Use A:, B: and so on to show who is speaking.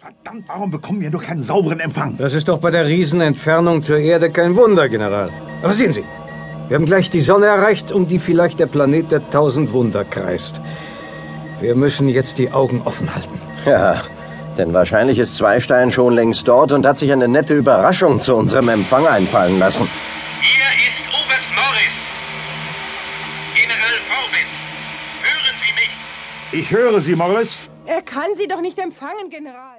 A: Verdammt, warum bekommen wir nur keinen sauberen Empfang?
B: Das ist doch bei der Riesenentfernung zur Erde kein Wunder, General. Aber sehen Sie, wir haben gleich die Sonne erreicht, um die vielleicht der Planet der tausend Wunder kreist. Wir müssen jetzt die Augen offen halten.
C: Ja, denn wahrscheinlich ist Zweistein schon längst dort und hat sich eine nette Überraschung zu unserem Empfang einfallen lassen.
D: Hier ist Hubert Morris. General Forbes, hören Sie mich?
A: Ich höre Sie, Morris.
E: Er kann Sie doch nicht empfangen, General.